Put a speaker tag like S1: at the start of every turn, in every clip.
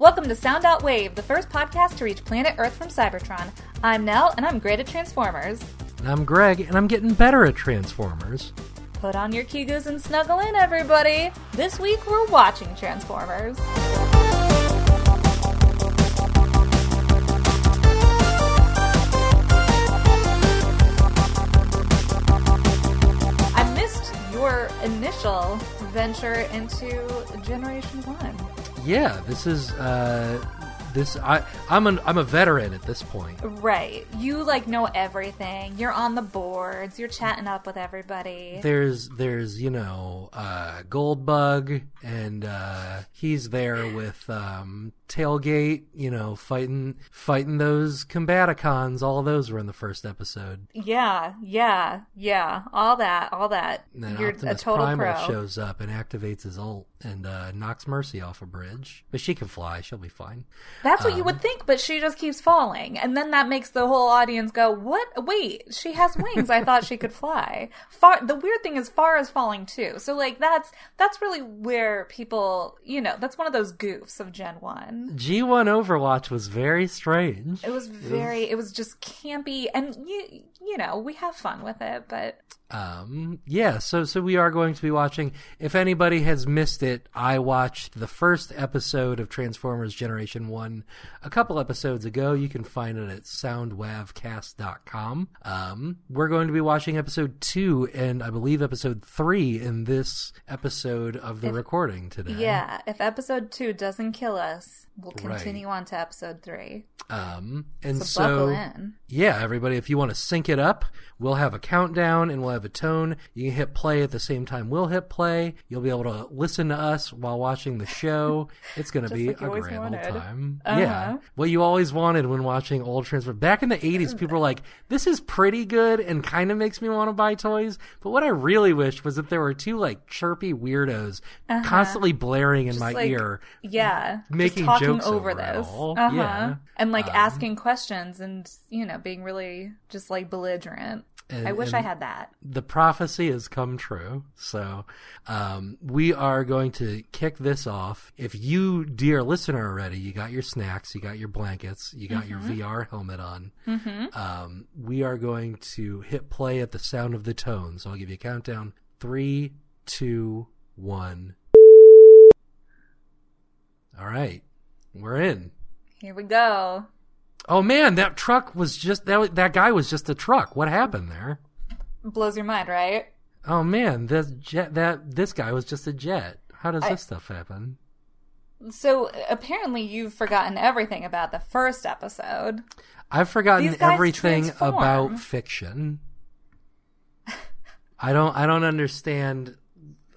S1: Welcome to Sound Out Wave, the first podcast to reach planet Earth from Cybertron. I'm Nell, and I'm great at Transformers.
S2: And I'm Greg, and I'm getting better at Transformers.
S1: Put on your Kegos and snuggle in, everybody. This week we're watching Transformers. I missed your initial venture into Generation One.
S2: Yeah, this is uh, this I I'm an I'm a veteran at this point.
S1: Right. You like know everything. You're on the boards. You're chatting up with everybody.
S2: There's there's you know uh, Goldbug, and uh, he's there with um, Tailgate. You know, fighting fighting those Combaticons. All those were in the first episode.
S1: yeah, yeah, yeah. All that, all that.
S2: And then
S1: You're
S2: Optimus
S1: a total
S2: Primal
S1: pro.
S2: shows up and activates his ult and uh, knocks Mercy off a bridge. But she can fly; she'll be fine.
S1: That's what you would think, but she just keeps falling. And then that makes the whole audience go, "What? Wait, she has wings. I thought she could fly." Far the weird thing is far is falling too. So like that's that's really where people, you know, that's one of those goofs of Gen 1.
S2: G1 Overwatch was very strange.
S1: It was very it was just campy and you you know, we have fun with it, but
S2: Um, yeah, so so we are going to be watching. If anybody has missed it, I watched the first episode of Transformers Generation One a couple episodes ago. You can find it at soundwavcast.com. Um, we're going to be watching episode two and I believe episode three in this episode of the recording today.
S1: yeah, if episode 2 doesn't kill us, we'll
S2: Right.
S1: continue on to episode 3.
S2: Um, and
S1: So,
S2: so
S1: buckle in.
S2: Yeah, everybody, if you want to sync it up, we'll have a countdown and we'll have a tone. You can hit play at the same time we'll hit play. You'll be able to listen to us while watching the show. It's going to be
S1: like you
S2: a
S1: always
S2: grand
S1: wanted.
S2: old time.
S1: Uh-huh.
S2: Yeah. What you always wanted when watching old Transformers. Back in the 80s, people were like, this is pretty good and kind of makes me want to buy toys. But what I really wished was that there were two, like, chirpy weirdos constantly blaring in my
S1: Uh-huh. like,
S2: ear.
S1: Yeah, just
S2: making
S1: talking
S2: jokes
S1: over,
S2: over it
S1: this,
S2: all.
S1: Uh-huh.
S2: Yeah. Um,
S1: and like asking questions and you know being really just like belligerent. I
S2: And-
S1: wish I
S2: and-
S1: had that.
S2: the prophecy has come true. So, um, we are going to kick this off. If you, dear listener, already, you got your snacks, you got your blankets, you got your VR helmet on,
S1: Mm-hmm.
S2: um, we are going to hit play at the sound of the tone. So I'll give you a countdown three, two, one. All right. We're in.
S1: Here we go.
S2: Oh man, that truck was just, that, that guy was just a truck. What happened there?
S1: Blows your mind, right?
S2: Oh man, this jet that this guy was just a jet. How does this stuff happen?
S1: So apparently you've forgotten everything about the first episode.
S2: I've forgotten
S1: These guys
S2: everything
S1: transform.
S2: about fiction. I don't I don't understand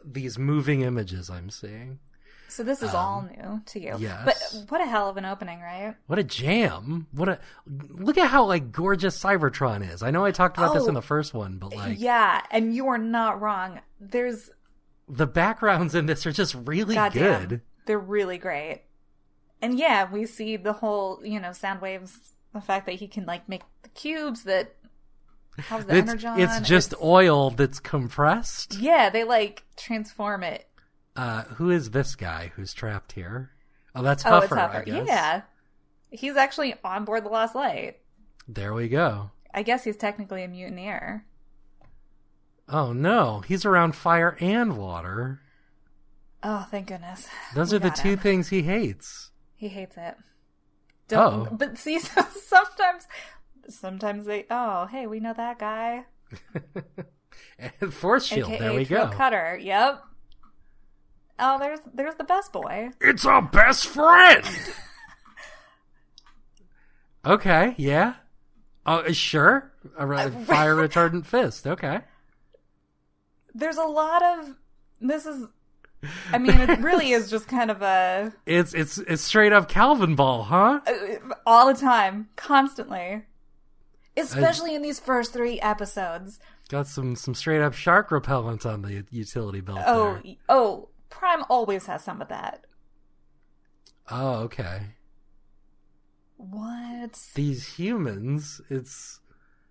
S2: these moving images I'm seeing.
S1: So this is all new to you.
S2: Um, yes.
S1: But what a hell of an opening, right?
S2: What a jam. What a look at how like gorgeous Cybertron is. I know I talked about this
S1: Oh.
S2: in the first one, but like
S1: yeah, and you are not wrong. There's
S2: the backgrounds in this are just really
S1: goddamn,
S2: good.
S1: they're really great. And yeah, we see the whole, you know, sound waves, the fact that he can like make the cubes that how's the
S2: It's,
S1: energon.
S2: it's just oil that's compressed.
S1: yeah, they like transform it. Oh,
S2: Uh, who is this guy who's trapped here? Oh, that's
S1: oh,
S2: Huffer,
S1: it's
S2: I
S1: Hopper.
S2: guess.
S1: Yeah, he's actually on board the Lost Light.
S2: There we go.
S1: I guess he's technically a mutineer.
S2: Oh no, he's around fire and water.
S1: Oh, thank goodness.
S2: Those
S1: We
S2: are the
S1: got
S2: two
S1: him.
S2: things he hates.
S1: He hates it. Don't.
S2: Oh.
S1: But see, so sometimes, sometimes they. Oh, hey, we know that guy.
S2: And Force shield.
S1: AKA
S2: there we
S1: Trill
S2: go.
S1: Cutter. Yep. Oh, there's there's the best boy.
S2: It's our best friend. okay. Yeah. Oh, uh, sure. A re- fire retardant fist. Okay.
S1: There's a lot of. This is. I mean, it really is just kind of a uh,
S2: It's it's it's straight up Calvin Ball, huh?
S1: Oh. all the time, constantly. Especially in these first three episodes.
S2: Got some some straight up shark repellent on the utility belt.
S1: Oh,
S2: there.
S1: y- oh, Prime always has some of that.
S2: Oh, okay.
S1: What?
S2: These humans. It's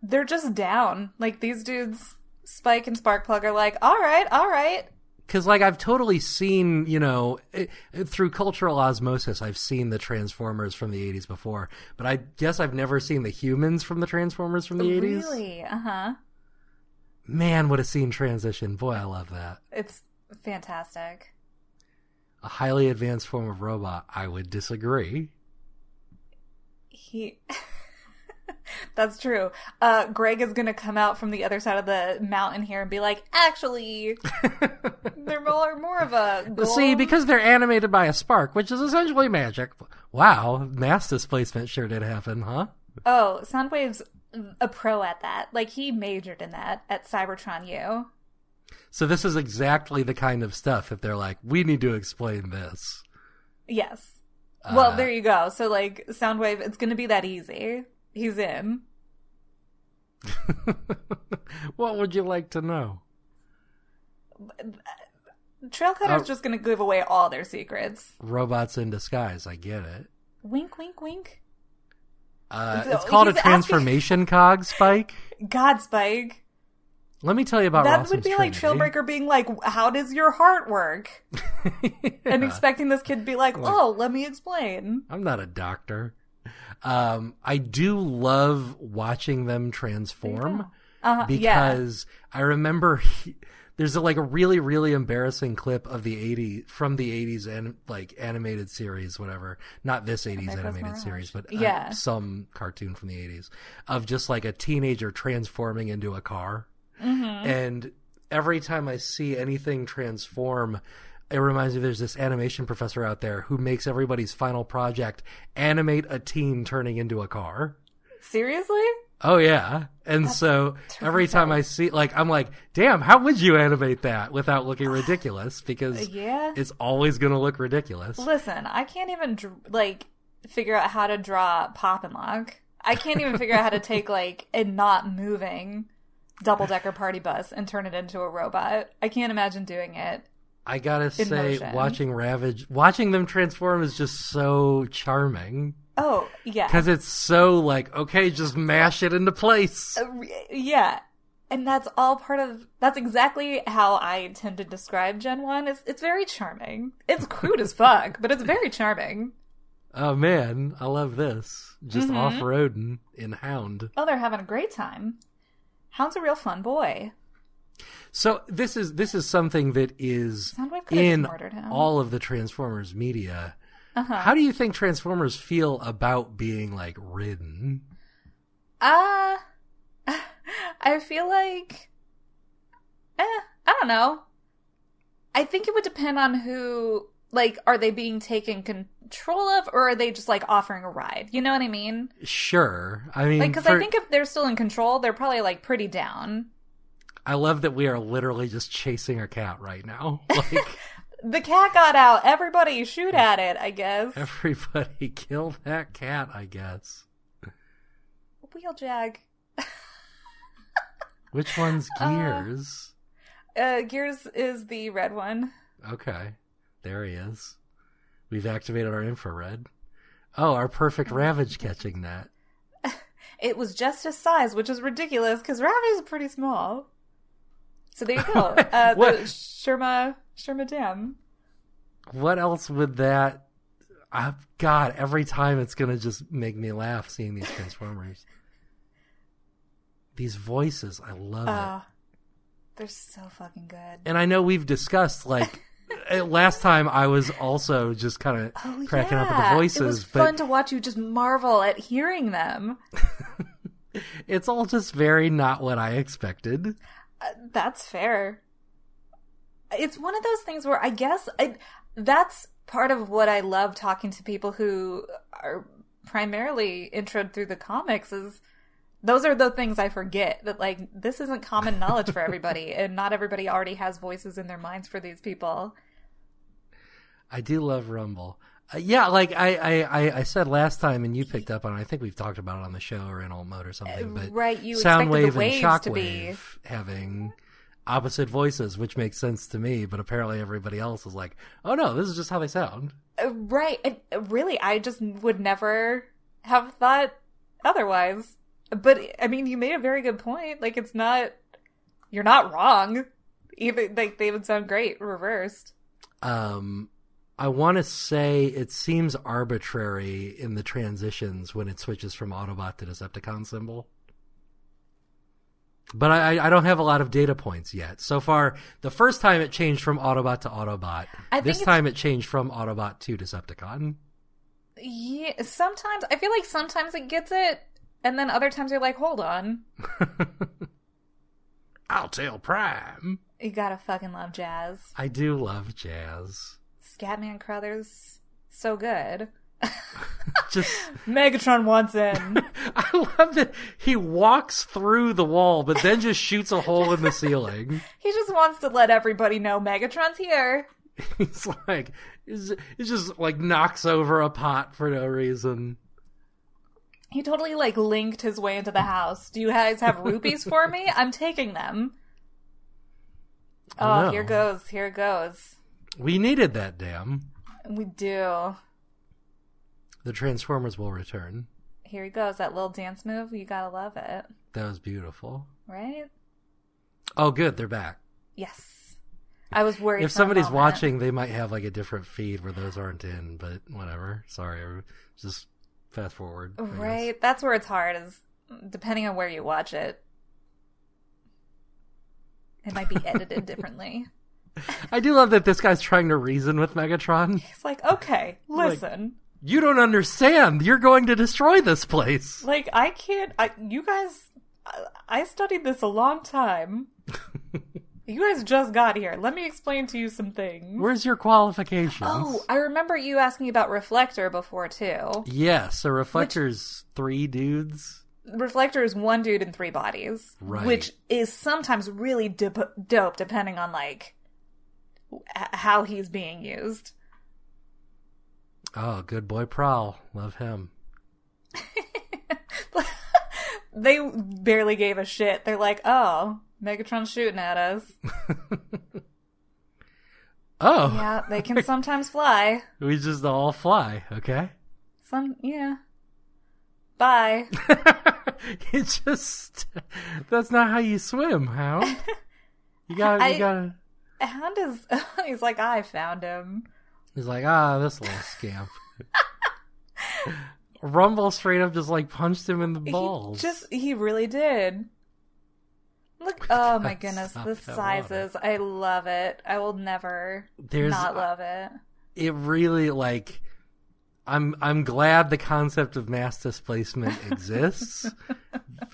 S1: They're just down. Like these dudes, Spike and Sparkplug are like, all right, all right,
S2: because like I've totally seen, you know, it, it- through cultural osmosis, I've seen the Transformers from the '80s before, but I guess I've never seen the humans from the Transformers from the '80s.
S1: Really? Uh huh.
S2: Man, what a scene transition! Boy, I love that.
S1: It's fantastic.
S2: A highly advanced form of robot. I would disagree.
S1: He. That's true. Uh, Greg is gonna come out from the other side of the mountain here and be like, "Actually, they're more, more of a gold.
S2: See, because they're animated by a spark, which is essentially magic. Wow, mass displacement sure did happen, huh?
S1: oh, Soundwave's a pro at that. Like he majored in that at Cybertron U.
S2: So this is exactly the kind of stuff that they're like, we need to explain this.
S1: Yes. well,
S2: Uh,
S1: there you go. So like Soundwave, it's gonna be that easy. He's in.
S2: what would you like to know?
S1: Trailcutter's
S2: Uh,
S1: just gonna give away all their secrets.
S2: Robots in disguise. I get it.
S1: Wink, wink, wink.
S2: Uh,
S1: So
S2: it's called a
S1: he's asking-
S2: transformation cog, Spike.
S1: God, Spike.
S2: Let me tell you about
S1: that
S2: Rossum's
S1: would be like
S2: Trinity.
S1: Trailbreaker being like, "How does your heart work?" And
S2: Yeah.
S1: expecting this kid to be like, "Oh, let me explain."
S2: I'm not a doctor. Um, I do love watching them transform
S1: Uh, yeah.
S2: because I remember he- there's a, like a really really embarrassing clip of the 80s from the 80s and like animated series whatever not this 80s
S1: There Goes
S2: animated
S1: Mirage.
S2: series but uh,
S1: Yeah.
S2: some cartoon from the 80s of just like a teenager transforming into a car
S1: Mm-hmm.
S2: and every time I see anything transform, it reminds me there's this animation professor out there who makes everybody's final project animate a teen turning into a car.
S1: Seriously?
S2: Oh yeah. And so every time I see like I'm like, "Damn, how would you animate that without looking ridiculous?" because
S1: Yeah.
S2: it's always going to look ridiculous.
S1: Listen, I can't even dr- like figure out how to draw pop and lock. I can't even figure out how to take like a not moving double decker party bus and turn it into a robot. I can't imagine doing it.
S2: I got to say
S1: motion.
S2: watching Ravage, watching them transform is just so charming
S1: Oh yeah,
S2: cuz it's so like, okay, just mash it into place.
S1: Uh, re- yeah, and that's all part of. That's exactly how I tend to describe Gen One. It's it's very charming. It's crude as fuck, but it's very charming.
S2: Oh man, I love this. Just
S1: Mm-hmm.
S2: off roading in Hound.
S1: Oh, they're having a great time. Hound's a real fun boy.
S2: So this is this is something that is
S1: Soundwave could have
S2: in
S1: just murdered him.
S2: all of the Transformers media.
S1: Uh-huh.
S2: How do you think Transformers feel about being like ridden?
S1: Uh, I feel like, eh, I don't know. I think it would depend on who, like, are they being taken control of or are they just, like, offering a ride? You know what I mean?
S2: Sure. I mean,
S1: Like, because
S2: for-
S1: I think if they're still in control, they're probably, like, pretty down.
S2: I love that we are literally just chasing a cat right now. Like
S1: The cat got out. Everybody shoot at it, I guess.
S2: everybody kill that cat, I guess.
S1: Wheeljack.
S2: Which one's Gears?
S1: Uh, Gears is the red one.
S2: Okay. There he is. We've activated our infrared. Oh, our perfect Ravage catching that.
S1: It was just his size, which is ridiculous because Ravi is pretty small. So there you go. Uh, the
S2: What?
S1: Sherma Sherma Dam.
S2: What else would that. i God, every time it's going to just make me laugh seeing these Transformers. these voices, I love it.
S1: Oh, they're so fucking good.
S2: And I know we've discussed, like, eh, last time I was also just kind of
S1: Oh,
S2: cracking
S1: yeah.
S2: up at the voices,
S1: It was
S2: but
S1: fun to watch you just marvel at hearing them.
S2: it's all just very not what I expected.
S1: Uh, that's fair. It's one of those things where I guess I, that's part of what I love talking to people who are primarily introed through the comics is those are the things I forget that like this isn't common knowledge for everybody and not everybody already has voices in their minds for these people.
S2: I do love Rumble. Uh, yeah, like I, I, I, I said last time, and you picked up on. it. I think we've talked about it on the show or in old mode or something. But
S1: right, you expected the
S2: Soundwave
S1: waves
S2: and
S1: to be-
S2: Shockwave having opposite voices, which makes sense to me. But apparently, everybody else is like, "Oh no, this is just how they sound."
S1: Uh, Right. And uh, really, I just would never have thought otherwise. But I mean, you made a very good point. Like, it's not, you're not wrong. Even like they would sound great reversed.
S2: Um, I want to say it seems arbitrary in the transitions when it switches from Autobot to Decepticon symbol. But I, I- I don't have a lot of data points yet. So far, the first time it changed from Autobot to Autobot.
S1: I think
S2: this
S1: it's-
S2: time it changed from Autobot to Decepticon.
S1: Yeah, sometimes I feel like sometimes it gets it, and then other times you're like, hold on,
S2: I'll tell Prime.
S1: you gotta fucking love jazz.
S2: I do love jazz.
S1: Scatman Crothers, so good.
S2: Just
S1: Megatron wants in.
S2: I love that he walks through the wall, but then just shoots a hole in the ceiling.
S1: he just wants to let everybody know Megatron's here.
S2: He's like, it's it's just like knocks over a pot for no reason.
S1: He totally like linked his way into the house. Do you guys have rupees for me? I'm taking them.
S2: I
S1: Oh,
S2: know.
S1: here goes, here goes.
S2: We needed that damn.
S1: We do.
S2: The Transformers will return.
S1: Here he goes. That little dance move, you gotta love it,
S2: That was beautiful.
S1: right?
S2: Oh, good, they're back.
S1: Yes. I was worried.
S2: If
S1: for a
S2: somebody's
S1: moment.
S2: watching, they might have like a different feed where those aren't in. But whatever. Sorry, I- just fast forward. I guess.
S1: right? That's where it's hard. Is depending on where you watch it, it might be edited differently.
S2: I do love that this guy's trying to reason with Megatron.
S1: It's like, okay,
S2: Like-
S1: listen,
S2: You don't understand. You're going to destroy this place.
S1: like, I can't. I you guys, I, I studied this a long time. you guys just got here. Let me explain to you some things.
S2: Where's your qualifications?
S1: Oh, I remember you asking about Reflector before too.
S2: yeah. So Reflector's three dudes.
S1: Reflector is one dude in three bodies,
S2: Right.
S1: which is sometimes really dip- dope, depending on like h- how he's being used.
S2: Oh, good boy Prowl. Love him.
S1: They barely gave a shit. They're like, "Oh, Megatron's shooting at us."
S2: Oh,
S1: Yeah, they can sometimes fly.
S2: we just all fly. Okay.
S1: Some, yeah. Bye.
S2: it just that's not how you swim, Hound. You gotta
S1: I-
S2: you gotta
S1: Hound is. He's like, I found him.
S2: He's like, ah, this little scamp. Rumble straight up just like punched him in the balls.
S1: He just he really did. Look, oh my
S2: That's
S1: goodness,
S2: not
S1: the
S2: that
S1: sizes. I love it. I will never
S2: There's-
S1: not love it.
S2: It really like I'm I'm glad the concept of mass displacement exists.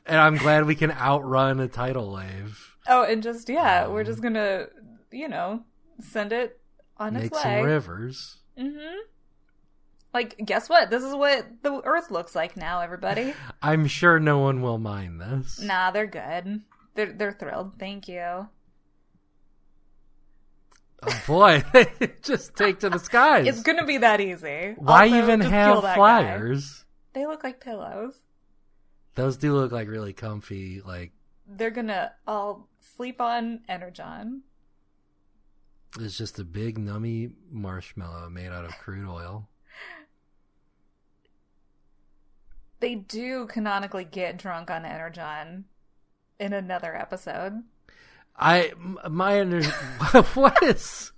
S2: and I'm glad we can outrun a tidal wave.
S1: Oh, and just yeah, we're just
S2: Um,
S1: gonna you know send it on
S2: Make
S1: its
S2: some
S1: way.
S2: rivers.
S1: Mm-hmm. Like, guess what? This is what the Earth looks like now. Everybody.
S2: I'm sure no one will mind this.
S1: nah, they're good. They're they're thrilled. Thank you.
S2: Oh boy, they just take to the skies.
S1: It's gonna be that easy.
S2: Why
S1: Also,
S2: even
S1: just kill that
S2: have
S1: guy.
S2: flyers?
S1: They look like pillows.
S2: Those do look like really comfy, like
S1: They're gonna all sleep on Energon.
S2: It's just a big nummy marshmallow made out of crude oil.
S1: They do canonically get drunk on Energon in another episode.
S2: I m- my under what is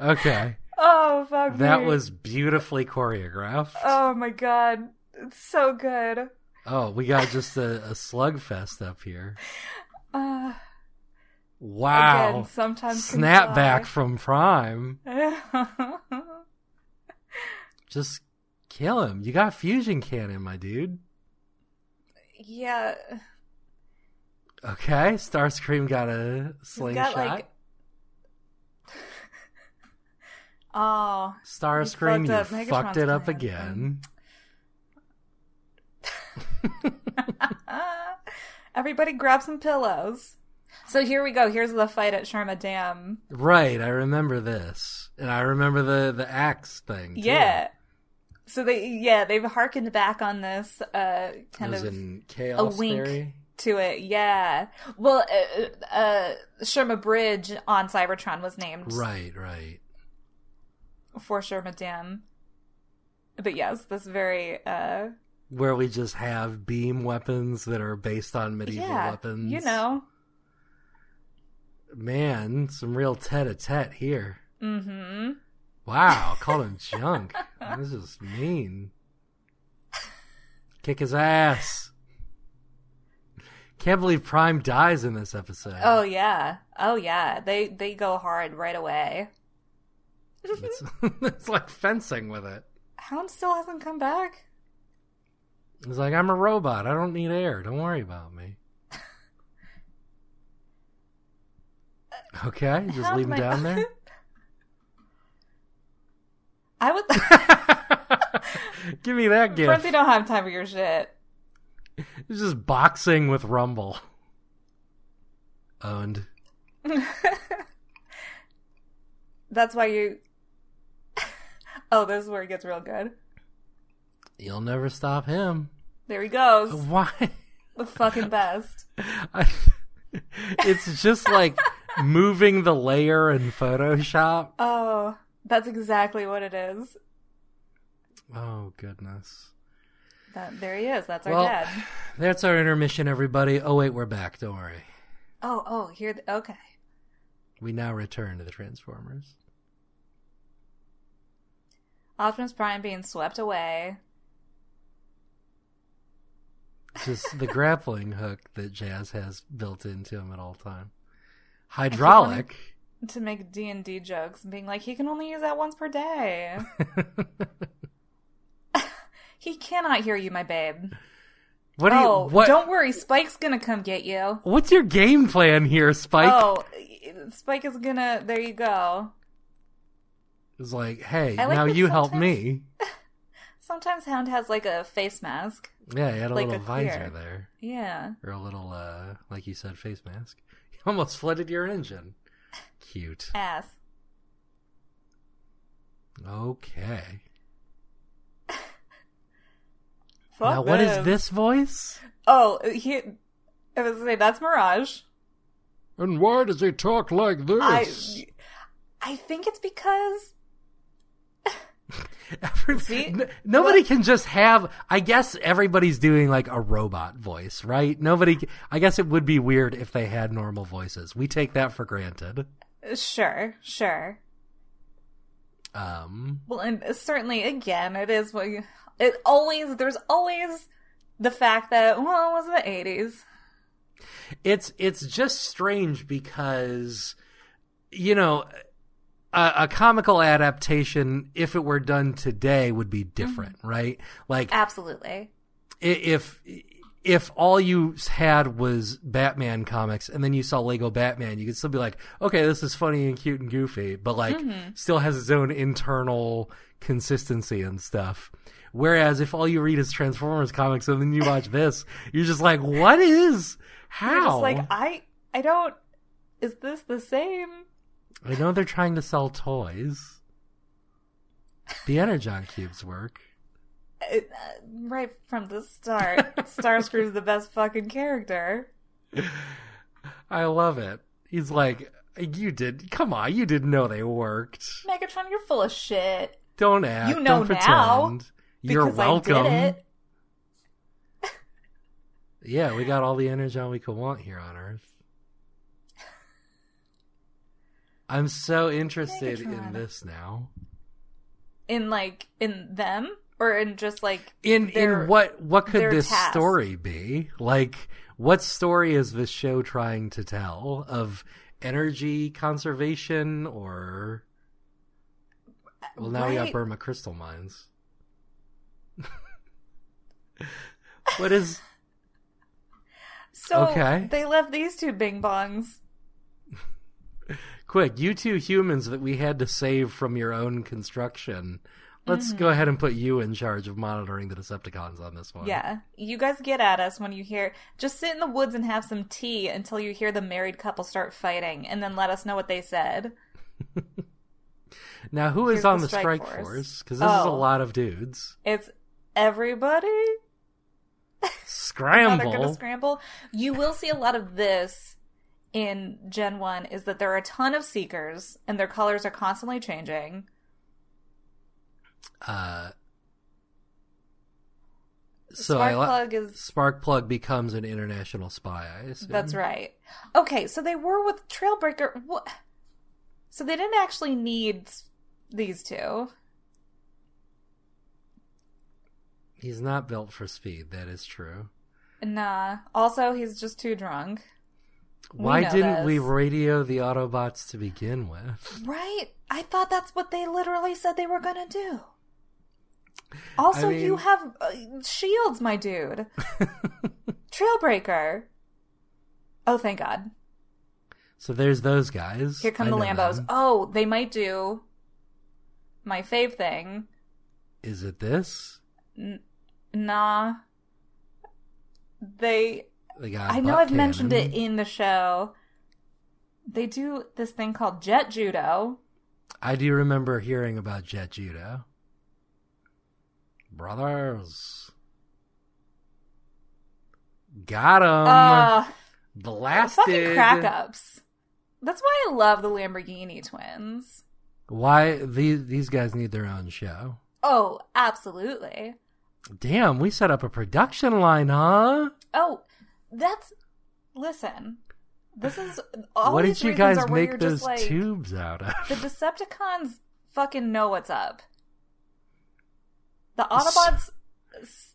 S2: okay.
S1: Oh fuck
S2: That
S1: me.
S2: was beautifully choreographed.
S1: Oh my god. It's so good.
S2: Oh, we got just a, a slugfest up here.
S1: Uh,
S2: Wow!
S1: Again, sometimes can fly.
S2: Snapback from Prime. Just kill him. You got fusion cannon, my dude.
S1: yeah.
S2: Okay, Starscream got a
S1: He's
S2: slingshot.
S1: got like. oh,
S2: Starscream,
S1: He
S2: you
S1: fucked up Megatron's
S2: fucked, it up
S1: plan.
S2: again.
S1: everybody grab some pillows. So here we go. Here's the fight at Sharma Dam.
S2: Right, I remember this, and I remember the the axe thing. too.
S1: Yeah. So they yeah they've harkened back on this uh
S2: it
S1: kind
S2: was
S1: of
S2: in chaos
S1: wink.
S2: theory.
S1: to it. Yeah. Well, uh, uh Sherma Bridge on Cybertron was named
S2: Right, right.
S1: for Sherma Dam. But yes, this very uh
S2: Where we just have beam weapons that are based on medieval
S1: yeah,
S2: weapons.
S1: you know.
S2: Man, some real tete a tete here.
S1: Mm-hmm.
S2: Wow, called him junk. This is mean. Kick his ass. Can't believe Prime dies in this episode.
S1: Oh yeah. Oh yeah. They they go hard right away.
S2: It's, it's like fencing with it.
S1: Hound still hasn't come back.
S2: He's like, I'm a robot. I don't need air. Don't worry about me. Okay, just
S1: Hound
S2: leave him
S1: might-
S2: down there.
S1: I would
S2: Give me that gift.
S1: Friends, you don't have time for your shit.
S2: It's just boxing with Rumble. Owned.
S1: That's why you Oh, this is where it gets real good.
S2: You'll never stop him.
S1: There he goes.
S2: Why?
S1: The fucking best.
S2: I, it's just like moving the layer in Photoshop.
S1: Oh, that's exactly what it is.
S2: Oh goodness.
S1: That there he is. That's our
S2: Well-
S1: dad.
S2: That's our intermission, everybody. Oh wait, we're back. Don't worry.
S1: Oh, oh, here. The, okay.
S2: We now return to the Transformers.
S1: Optimus Prime being swept away.
S2: Just the grappling hook that Jazz has built into him at all time.
S1: keep
S2: Hydraulic.
S1: to make D and D jokes and being like, he can only use that once per day. he cannot hear you, my babe.
S2: What do you?
S1: oh,
S2: what?
S1: don't worry, Spike's gonna come get you.
S2: What's your game plan here, Spike?
S1: Oh, Spike is gonna. There you go.
S2: It's like, hey,
S1: I like
S2: now
S1: that
S2: you help
S1: sometimes-
S2: me.
S1: Sometimes Hound has like a face mask.
S2: Yeah, he had a
S1: Like
S2: little
S1: a
S2: visor
S1: clear.
S2: there.
S1: Yeah,
S2: or a little uh like you said face mask you almost flooded your engine cute
S1: ass.
S2: okay
S1: Fuck
S2: now what is this voice
S1: Oh, he. I was gonna say that's Mirage.
S2: and why does he talk like
S1: I. I think it's because See?
S2: nobody can just have i guess everybody's doing like a robot voice right nobody c- i guess it would be weird if they had normal voices we take that for granted
S1: sure, sure.
S2: um
S1: Well, and certainly, again, it is what you. It always there's always the fact that well, it was the eighties.
S2: it's it's just strange because you know a, a comical adaptation if it were done today would be different right like i-
S1: Absolutely.
S2: if if all you had was batman comics and then you saw lego batman you could still be like okay this is funny and cute and goofy but like
S1: Mm-hmm.
S2: still has its own internal consistency and stuff whereas if all you read is transformers comics and then you watch this you're just like what is how
S1: You're just like uh I, I don't. Is this the same?
S2: I know they're trying to sell toys. The Energon cubes work.
S1: Uh, right from the start, Starscrew's the best fucking character.
S2: I love it. He's like, you did. Come on, you didn't know they worked.
S1: Megatron, you're full of shit.
S2: Don't act.
S1: You know
S2: don't pretend.
S1: now,
S2: You're
S1: because
S2: welcome.
S1: I did it.
S2: Yeah, we got all the Energon we could want here on Earth. I'm so interested in
S1: Megatron.
S2: this now.
S1: In like in them or in just like
S2: in
S1: their-
S2: in what what could
S1: their
S2: this
S1: task.
S2: story be like what story is this show trying to tell of energy conservation or well now we got
S1: Right.
S2: burma crystal mines what is
S1: so
S2: Okay.
S1: they left these two bing bongs.
S2: quick you two humans that we had to save from your own construction let's
S1: Mm-hmm.
S2: go ahead and put you in charge of monitoring the decepticons on this one
S1: Yeah. You guys get at us when you hear just sit in the woods and have some tea until you hear the married couple start fighting and then let us know what they said.
S2: now who is
S1: Here's
S2: on
S1: the
S2: the
S1: strike
S2: strike,
S1: force.
S2: force because this is a
S1: Oh.
S2: lot of dudes
S1: It's everybody Now they're
S2: scramble
S1: gonna scramble. You will see a lot of this in Gen 1 is that there are a ton of seekers and their colors are constantly changing.
S2: uh So
S1: Spark
S2: I li-
S1: plug is
S2: spark plug becomes an international spy. I assume.
S1: that's right. Okay, so they were with Trailbreaker. What? So they didn't actually need these two.
S2: He's not built for speed. That is true.
S1: Nah. Also, he's just too drunk.
S2: Why
S1: know
S2: didn't we
S1: this.
S2: radio the Autobots to begin with?
S1: Right? I thought that's what they literally said they were gonna do. Also,
S2: mean-
S1: you have uh, shields, my dude. Trailbreaker. Oh, thank God.
S2: So there's those guys.
S1: Here come
S2: I
S1: the
S2: know
S1: Lambos.
S2: them.
S1: Oh, they might do my fave thing.
S2: Is it this?
S1: Nah. They.
S2: They got.
S1: I know
S2: butt
S1: I've mentioned
S2: cannon.
S1: it in the show. They do this thing called jet judo.
S2: I do remember hearing about Jet Judo. Brothers. Got 'em.
S1: Uh, fucking
S2: Blasted.
S1: crack ups. That's why I love the Lamborghini twins.
S2: Why these these guys need their own show?
S1: Oh, absolutely.
S2: Damn, we set up a production line, huh?
S1: Oh, that's listen. This is all
S2: what
S1: these
S2: did you
S1: reasons
S2: guys
S1: are where
S2: make
S1: you're
S2: those
S1: just like
S2: tubes out of?
S1: the Decepticons fucking know what's up. The Autobots s-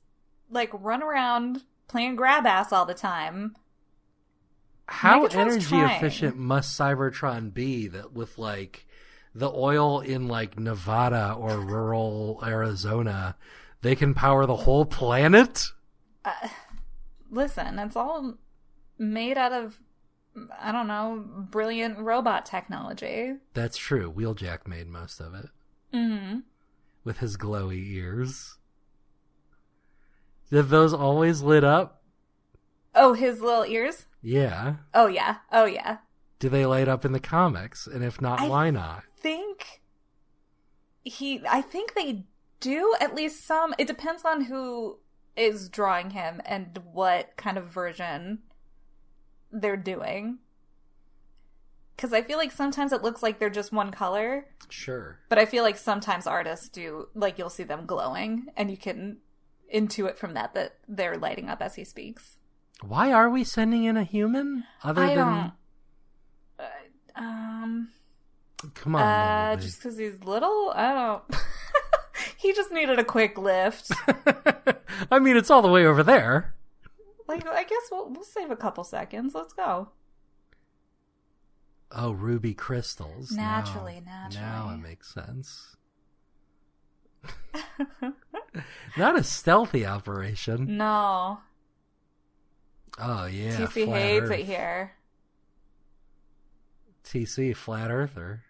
S1: like run around playing grab ass all the time.
S2: How
S1: Megatron's
S2: energy
S1: trying.
S2: efficient must Cybertron be that with like the oil in like Nevada or rural Arizona, they can power the whole planet?
S1: Uh, Listen, it's all made out of I don't know, brilliant robot technology.
S2: That's true. Wheeljack made most of it
S1: Mm-hmm.
S2: with his glowy ears. Did those always lit up?
S1: Oh, his little ears?
S2: Yeah.
S1: Oh yeah. Oh yeah.
S2: Do they light up in the comics? And if not,
S1: I-
S2: why not?
S1: Think he I think they do at least some it depends on who is drawing him and what kind of version they're doing. Cuz I feel like sometimes it looks like they're just one color,
S2: Sure.
S1: but I feel like sometimes artists do like you'll see them glowing and you can intuit from that that they're lighting up as he speaks.
S2: Why are we sending in a human? Other
S1: I
S2: than
S1: don't uh, um
S2: come on,
S1: Uh,
S2: Little
S1: just because he's little, I don't. he just needed a quick lift.
S2: Big. I mean, it's all the way over there.
S1: like I guess we'll we'll save a couple seconds. Let's go.
S2: Oh, ruby crystals. Now-
S1: Naturally,
S2: Now
S1: naturally.
S2: it makes sense. Not a stealthy operation.
S1: No,
S2: Oh Mm. yeah,
S1: TC
S2: flat
S1: hates
S2: Earth.
S1: it here.
S2: TC flat earther.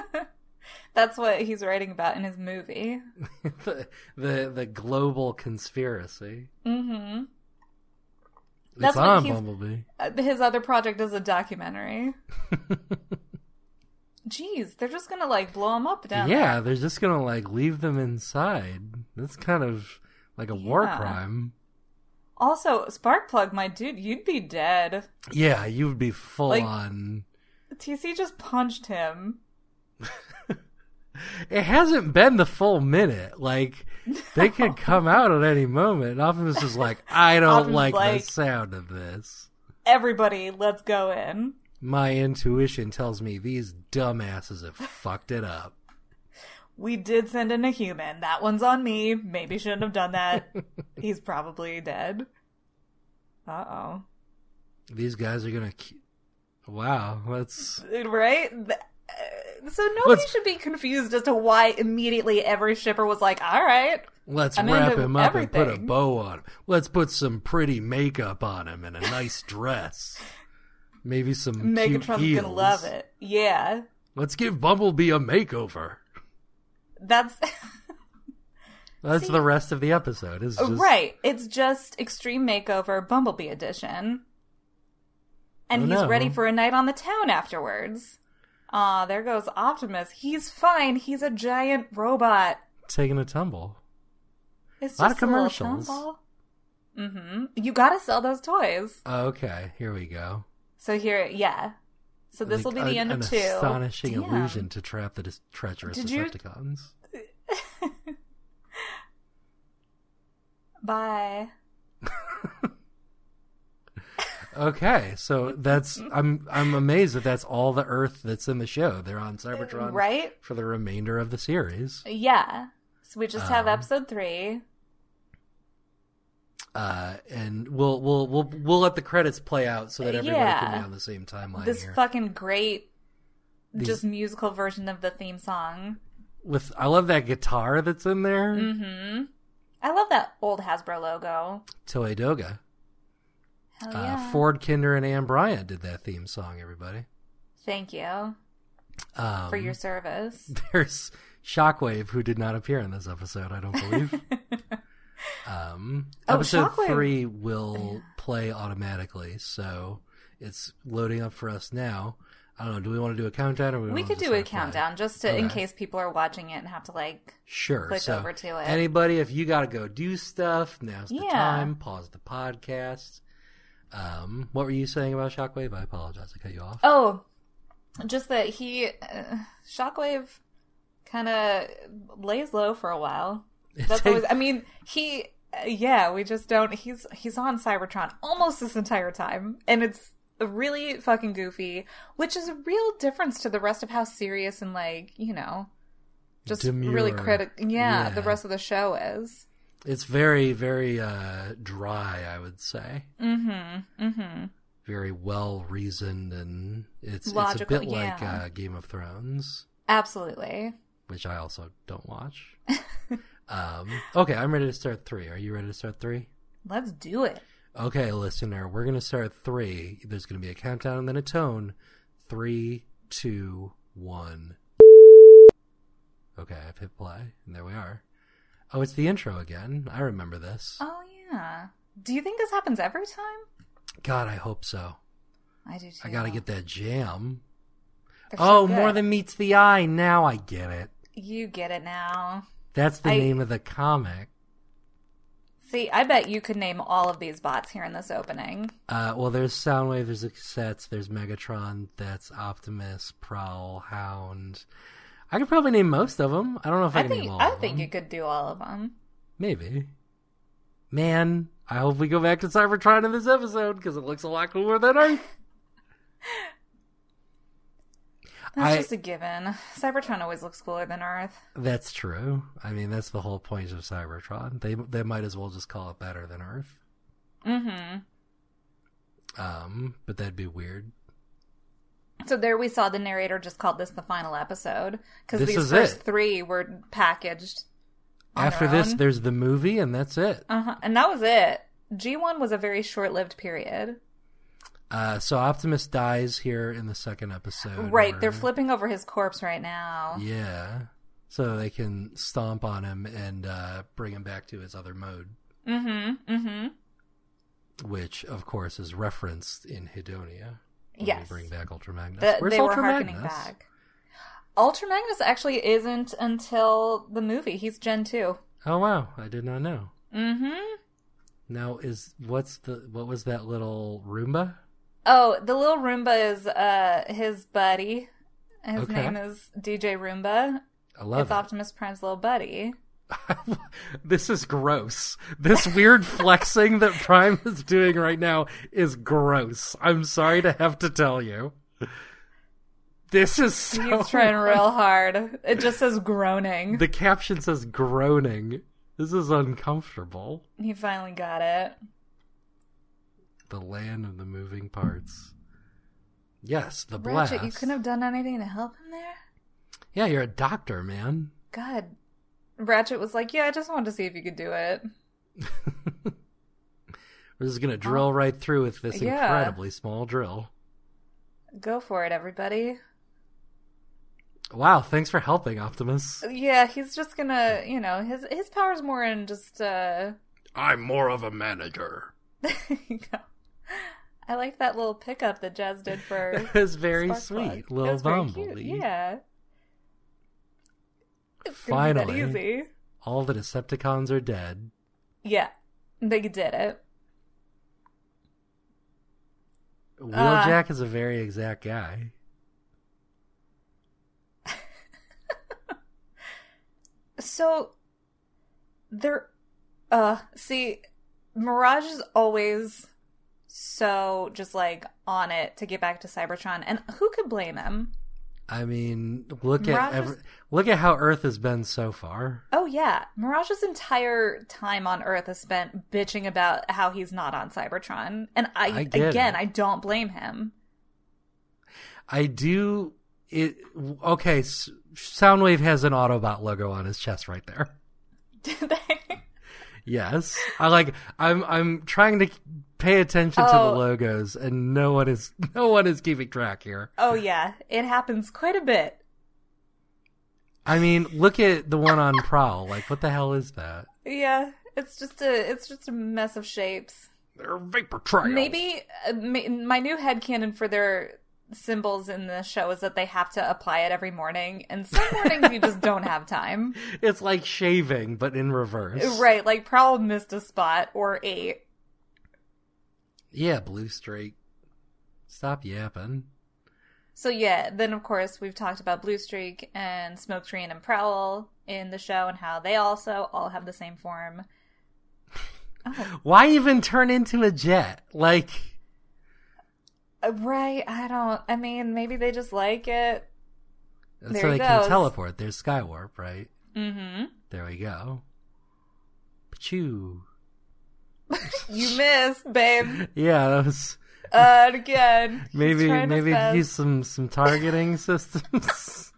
S1: That's what he's writing about in his movie.
S2: the, the the global conspiracy.
S1: Mm-hmm.
S2: It's
S1: That's what
S2: on
S1: he's-
S2: Bumblebee.
S1: Uh, his other project is a documentary. Jeez, they're just gonna like blow him up down. there.
S2: Yeah, they're just gonna like leave them inside. That's kind of like a war
S1: Yeah.
S2: crime.
S1: Also, Sparkplug, my dude, you'd be dead.
S2: Yeah, you would be full
S1: Like-
S2: on.
S1: TC just punched him.
S2: It hasn't been the full minute. Like they could come out at any moment. And Optimus is like, I don't
S1: Optimus
S2: like,
S1: like-
S2: the sound of this.
S1: Everybody, let's go in.
S2: My intuition tells me these dumbasses have fucked it up.
S1: We did send in a human. That one's on me. Maybe shouldn't have done that. He's probably dead. Uh oh.
S2: These guys are gonna. ki- Wow, that's
S1: Right? Th- uh, So nobody
S2: Let's-
S1: should be confused as to why immediately every shipper was like, all right.
S2: Let's
S1: I'm
S2: wrap
S1: into
S2: him up and put a
S1: everything.
S2: bow on him. Let's put some pretty makeup on him and a nice dress. Maybe some cute
S1: Megatron's
S2: heels.
S1: gonna love it. Yeah.
S2: Let's give Bumblebee a makeover.
S1: That's
S2: That's
S1: See- Oh,
S2: the rest of the episode. Is just,
S1: right. It's just Extreme Makeover Bumblebee Edition. And
S2: Oh,
S1: he's
S2: no.
S1: ready for a night on the town afterwards. Ah, there goes Optimus. He's fine. He's a giant robot.
S2: taking a tumble.
S1: It's
S2: A lot
S1: just
S2: of commercials.
S1: Mm-hmm. You gotta sell those toys.
S2: Oh, okay, here we go.
S1: So here, yeah. So this will be
S2: Like,
S1: the
S2: an-
S1: end
S2: an
S1: of two.
S2: astonishing
S1: Damn.
S2: illusion to trap the dis- treacherous
S1: Did you-
S2: Decepticons.
S1: Bye.
S2: Okay, so that's I'm I'm amazed that that's all the Earth that's in the show. They're on Cybertron
S1: Right?
S2: for the remainder of the series.
S1: Yeah. So we just have
S2: Um,
S1: episode three.
S2: Uh, and we'll we'll we'll we'll let the credits play out so that everybody can
S1: Yeah.
S2: be on the same timeline
S1: This
S2: here.
S1: fucking great,
S2: These-
S1: just musical version of the theme song.
S2: With I love that guitar that's in there,
S1: Mm-hmm. I love that old Hasbro logo.
S2: Toei Doga.
S1: Hell
S2: Uh,
S1: Oh, yeah.
S2: Ford Kinder and Anne Bryant did that theme song. Everybody
S1: Thank you
S2: um,
S1: for your service.
S2: There's Shockwave, who did not appear in this episode. I don't believe. um,
S1: Oh,
S2: episode
S1: Shockwave.
S2: three will play automatically, so it's loading up for us now. I don't know. Do we want to do a countdown, or we,
S1: we
S2: wanna
S1: could
S2: just
S1: do a
S2: let it play?
S1: countdown just to, in
S2: Okay.
S1: case people are watching it and have to like.
S2: Sure.
S1: Click
S2: so
S1: over to it.
S2: anybody, if you got to go do stuff, now's the
S1: Yeah.
S2: time. Pause the podcast. Um, what were you saying about Shockwave? I apologize. I cut you off.
S1: Oh, just that he uh, Shockwave kind of lays low for a while. That's always. I mean, he. Uh, yeah, we just don't. He's he's on Cybertron almost this entire time, and it's really fucking goofy, which is a real difference to the rest of how serious and like you know, just really
S2: Demure.
S1: critic. yeah, the
S2: Yeah.
S1: rest of the show is.
S2: It's very, very uh, dry. I would say.
S1: Mm-hmm. Mm-hmm.
S2: very well reasoned and it's
S1: Logical,
S2: it's a bit like
S1: yeah.
S2: uh, Game of Thrones,
S1: Absolutely.
S2: which I also don't watch. um, okay, I'm ready to start three. Are you ready to start three?
S1: Let's do it.
S2: Okay, listener, we're gonna start three. There's gonna be a countdown and then a tone. Three, two, one. Okay, I've hit play, and there we are. Oh, it's the intro again. I remember this.
S1: Oh yeah. Do you think this happens every time?
S2: God, I hope so.
S1: I do too.
S2: I gotta get that jam.
S1: They're so
S2: Oh, more
S1: good.
S2: than meets the eye. Now I get it.
S1: you get it now.
S2: That's the
S1: I-
S2: name of the comic.
S1: See, I bet you could name all of these bots here in this opening.
S2: Uh, well, there's Soundwave, there's the cassettes, there's Megatron, that's Optimus, Prowl, Hound. I could probably name most of them. I don't know if I,
S1: I
S2: can
S1: think
S2: name all
S1: I
S2: of
S1: think
S2: them.
S1: you could do all of them.
S2: Maybe. Man, I hope we go back to Cybertron in this episode because it looks a lot cooler than Earth.
S1: That's
S2: I-
S1: just a given. Cybertron always looks cooler than Earth.
S2: that's true. I mean, that's the whole point of Cybertron. They they might as well just call it better than Earth.
S1: Mm-hmm.
S2: Um, but that'd be weird.
S1: So there we saw the narrator just called this the final episode because
S2: This
S1: these
S2: is
S1: first
S2: it.
S1: three were packaged. on
S2: After
S1: their
S2: this,
S1: own.
S2: there's the movie, and that's it.
S1: Uh-huh. And that was it. G1 was a very short lived period.
S2: Uh, so Optimus dies here in the second episode.
S1: Right. They're
S2: or-
S1: flipping over his corpse right now.
S2: Yeah. So they can stomp on him and uh, bring him back to his other mode,
S1: Mm-hmm. Mm-hmm.
S2: which, of course, is referenced in Hedonia. when we
S1: Yes.
S2: Bring back Ultra Magnus.
S1: That
S2: Where's
S1: they were
S2: Ultra
S1: harkening
S2: Magnus?
S1: back. Ultra Magnus actually isn't until the movie. He's Gen 2.
S2: Oh, wow. I did not know.
S1: Mm-hmm.
S2: Now, is what's the what was that little Roomba?
S1: Oh, the little Roomba is uh his buddy. His
S2: Okay.
S1: name is DJ Roomba.
S2: I love
S1: it's
S2: it.
S1: Optimus Prime's little buddy.
S2: this is gross. This weird flexing that Prime is doing right now is gross. I'm sorry to have to tell you. This is so.
S1: He's trying real hard. It just says groaning.
S2: The caption says groaning. This is uncomfortable.
S1: He finally got it.
S2: The land of the moving parts. Yes, the blast.
S1: Ratchet, you couldn't have done anything to help him there?
S2: Yeah, you're a doctor, man.
S1: God. Ratchet was like, Yeah, I just wanted to see if you could do it.
S2: We're just gonna drill right through with this
S1: Oh. Yeah.
S2: incredibly small drill.
S1: Go for it, everybody.
S2: Wow, thanks for helping, Optimus.
S1: Yeah, he's just gonna, you know, his his power's more in just. uh
S2: I'm more of a manager.
S1: I like that little pickup that Jazz did for.
S2: It's very
S1: Sparkplug.
S2: sweet,
S1: It
S2: little
S1: was very cute,
S2: Bumblebee.
S1: Yeah. It's gonna be that
S2: Finally.
S1: easy.
S2: All the Decepticons are dead.
S1: Yeah, they did it. Uh,
S2: Wheeljack is a very exact guy.
S1: So they're Uh, see, Mirage is always so just like on it to get back to Cybertron, and who could blame him?
S2: I mean, look at
S1: Mirage
S2: every,
S1: is-
S2: look at how Earth has been so far.
S1: Oh yeah, Mirage's entire time on Earth is spent bitching about how he's not on Cybertron, and I,
S2: I get
S1: again,
S2: it.
S1: I don't blame him.
S2: I do it. Okay, S- Soundwave has an Autobot logo on his chest right there.
S1: Did they?
S2: Yes, I like. I'm I'm trying to pay attention to
S1: Oh.
S2: the logos, and no one is no one is keeping track here.
S1: Oh yeah, it happens quite a bit.
S2: I mean, look at the one on Prowl. Like, what the hell is that?
S1: Yeah, it's just a it's just a mess of shapes.
S2: They're vapor trails.
S1: Maybe uh, ma- my new headcanon for their symbols in the show is that they have to apply it every morning, and some mornings you just don't have time.
S2: it's like shaving, but in reverse.
S1: Right, like Prowl missed a spot or eight.
S2: Yeah, blue streak. Stop yapping.
S1: So yeah, then of course we've talked about Blue Streak and Smoke Screen and Prowl in the show and how they also all have the same form. Oh,
S2: Why even turn into a jet? Like,
S1: Uh, Right, I don't I mean, maybe they just like it. There
S2: so
S1: he
S2: they can
S1: goes.
S2: teleport. There's Skywarp, right?
S1: Mm-hmm.
S2: There we go. Pachoo.
S1: You missed, babe.
S2: Yeah, that was
S1: Uh, again. He's
S2: maybe
S1: trying his
S2: maybe
S1: best.
S2: use some some targeting systems.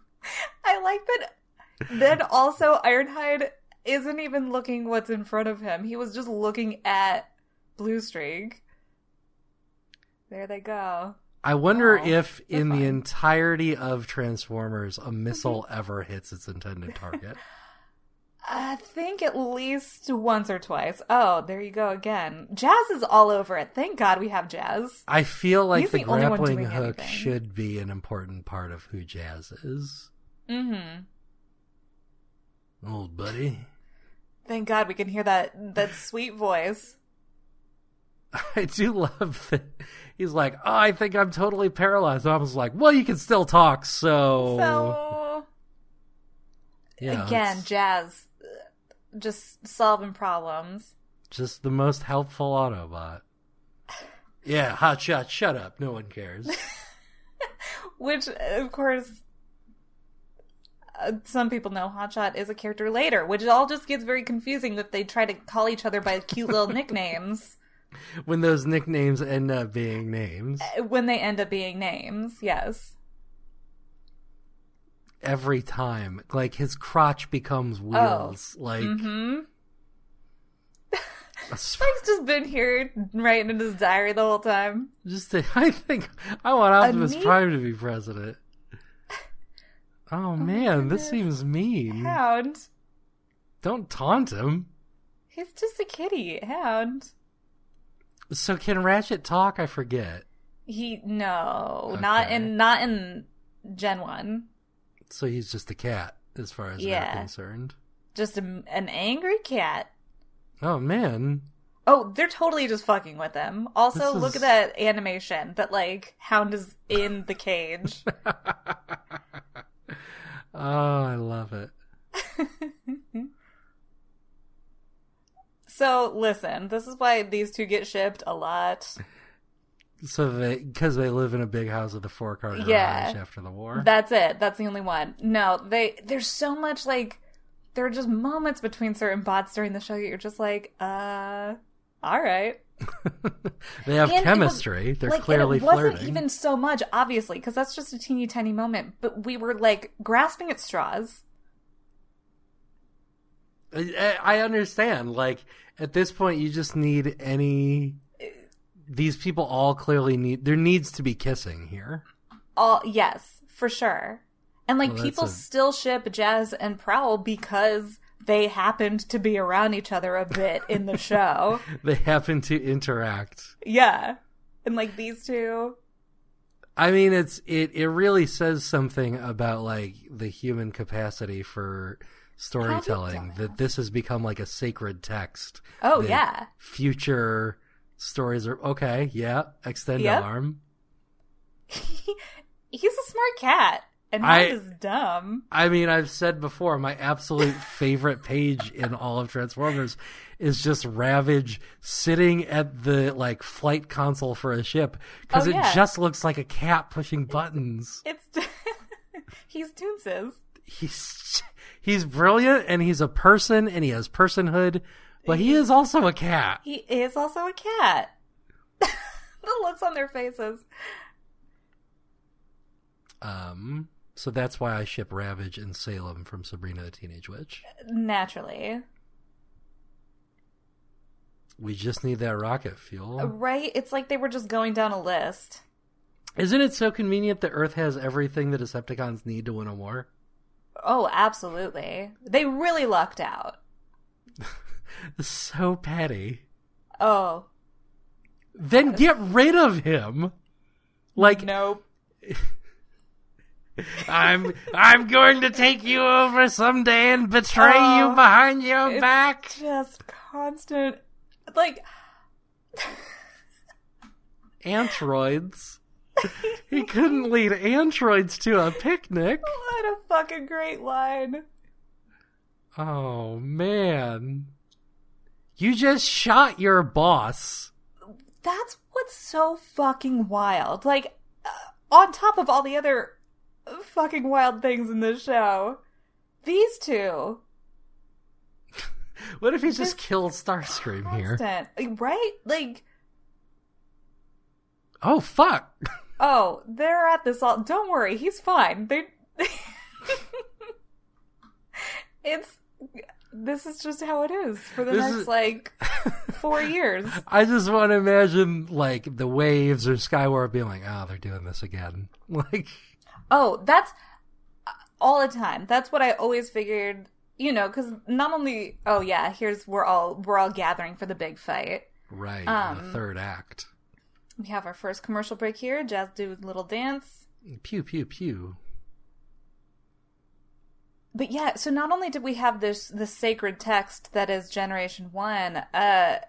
S1: I like that. Then also, Ironhide isn't even looking what's in front of him. He was just looking at Blue Streak. There they go.
S2: I wonder
S1: Oh,
S2: if
S1: they're
S2: in
S1: fine.
S2: the entirety of Transformers a missile ever hits its intended target.
S1: I think at least once or twice. Oh, there you go again. Jazz is all over it. Thank God we have Jazz.
S2: I feel like
S1: He's
S2: the
S1: the only one
S2: grappling
S1: doing
S2: hook
S1: anything.
S2: should be an important part of who Jazz is.
S1: Mm-hmm.
S2: Old buddy.
S1: Thank God we can hear that that sweet voice.
S2: I do love that he's like, oh, I think I'm totally paralyzed. And I was like, well, you can still talk, so.
S1: So
S2: Oh. Yeah,
S1: again,
S2: it's
S1: Jazz uh, just solving problems.
S2: just the most helpful Autobot. Yeah, hot shot, shut up. No one cares.
S1: Which, of course, uh, some people know Hotshot is a character later, which all just gets very confusing that they try to call each other by cute little nicknames
S2: when those nicknames end up being names,
S1: uh, when they end up being names. Yes.
S2: every time, like his crotch becomes wheels. Like,
S1: hmm
S2: a sp-
S1: Frank's just been here writing in his diary the whole time.
S2: Just to, I think I want Optimus
S1: mean-
S2: Prime to be president. Oh, man, this seems mean.
S1: Hound.
S2: Don't taunt him.
S1: He's just a kitty. Hound.
S2: So can Ratchet talk? I forget.
S1: He no, not
S2: Okay.
S1: in not in Gen One.
S2: So he's just a cat, as far as
S1: Yeah.
S2: we're concerned.
S1: Just a, an angry cat.
S2: Oh man,
S1: Oh, they're totally just fucking with him. Also,
S2: This
S1: look
S2: is-
S1: at that animation that like Hound is in the cage.
S2: oh, I love it.
S1: so listen, this is why these two get shipped a lot.
S2: So they because they live in a big house with a four car garage
S1: Yeah.
S2: after the war.
S1: That's it. That's the only one. No, they there's so much like there are just moments between certain bots during the show that you're just like, uh, all right.
S2: they have
S1: And it was-
S2: chemistry. They're
S1: like, and
S2: clearly
S1: it wasn't
S2: flirting.
S1: even so much, obviously, because that's just a teeny tiny moment. But we were like grasping at straws.
S2: I, I understand. Like at this point, you just need any. These people all clearly need. There needs to be kissing here.
S1: All yes, for sure. And like
S2: Well, that's
S1: people
S2: a-
S1: still ship Jazz and Prowl because they happened to be around each other a bit in the show.
S2: They happen to interact.
S1: Yeah, and like these two.
S2: I mean, it's it it really says something about like the human capacity for storytelling that this has become like a sacred text.
S1: Oh
S2: that
S1: yeah.
S2: future stories are okay. Yeah, extend
S1: Yep.
S2: arm.
S1: he's a smart cat and
S2: I-
S1: mine is dumb.
S2: I mean, I've said before, my absolute favorite page in all of Transformers is just Ravage sitting at the like flight console for a ship because
S1: Oh,
S2: it
S1: yeah.
S2: just looks like a cat pushing buttons.
S1: It's he's Toonses.
S2: He's he's brilliant and he's a person and he has personhood, but he is also a cat.
S1: He is also a cat. the looks on their faces.
S2: Um, so that's why I ship Ravage and Salem from Sabrina the Teenage Witch.
S1: Naturally.
S2: We just need that rocket fuel.
S1: Right? It's like they were just going down a list.
S2: Isn't it so convenient that Earth has everything the Decepticons need to win a war?
S1: Oh, absolutely. They really lucked out.
S2: so petty.
S1: Oh.
S2: Then get rid of him. Like
S1: Nope.
S2: I'm I'm going to take you over someday and betray
S1: Oh,
S2: you behind your
S1: it's-
S2: back.
S1: Just constant like
S2: Antroids. he couldn't lead antroids to a picnic.
S1: what a fucking great line.
S2: Oh man. You just shot your boss.
S1: That's what's so fucking wild. Like uh, on top of all the other fucking wild things in this show, these two
S2: What if he just killed Starscream here?
S1: constant, right? Like
S2: Oh fuck.
S1: Oh, they're at this all. Don't worry, he's fine. They. it's. This is just how it is for the
S2: This
S1: next
S2: is-
S1: like four years.
S2: I just want to imagine like the waves or Skywarp being like, "Oh, they're doing this again." Like,
S1: Oh, that's uh, all the time. That's what I always figured. You know, because not only oh yeah, here's we're all we're all gathering for the big fight.
S2: right, the
S1: Um,
S2: third act.
S1: We have our first commercial break here. Jazz do a little dance.
S2: Pew pew pew.
S1: But yeah, so not only did we have this the sacred text that is Generation One, uh,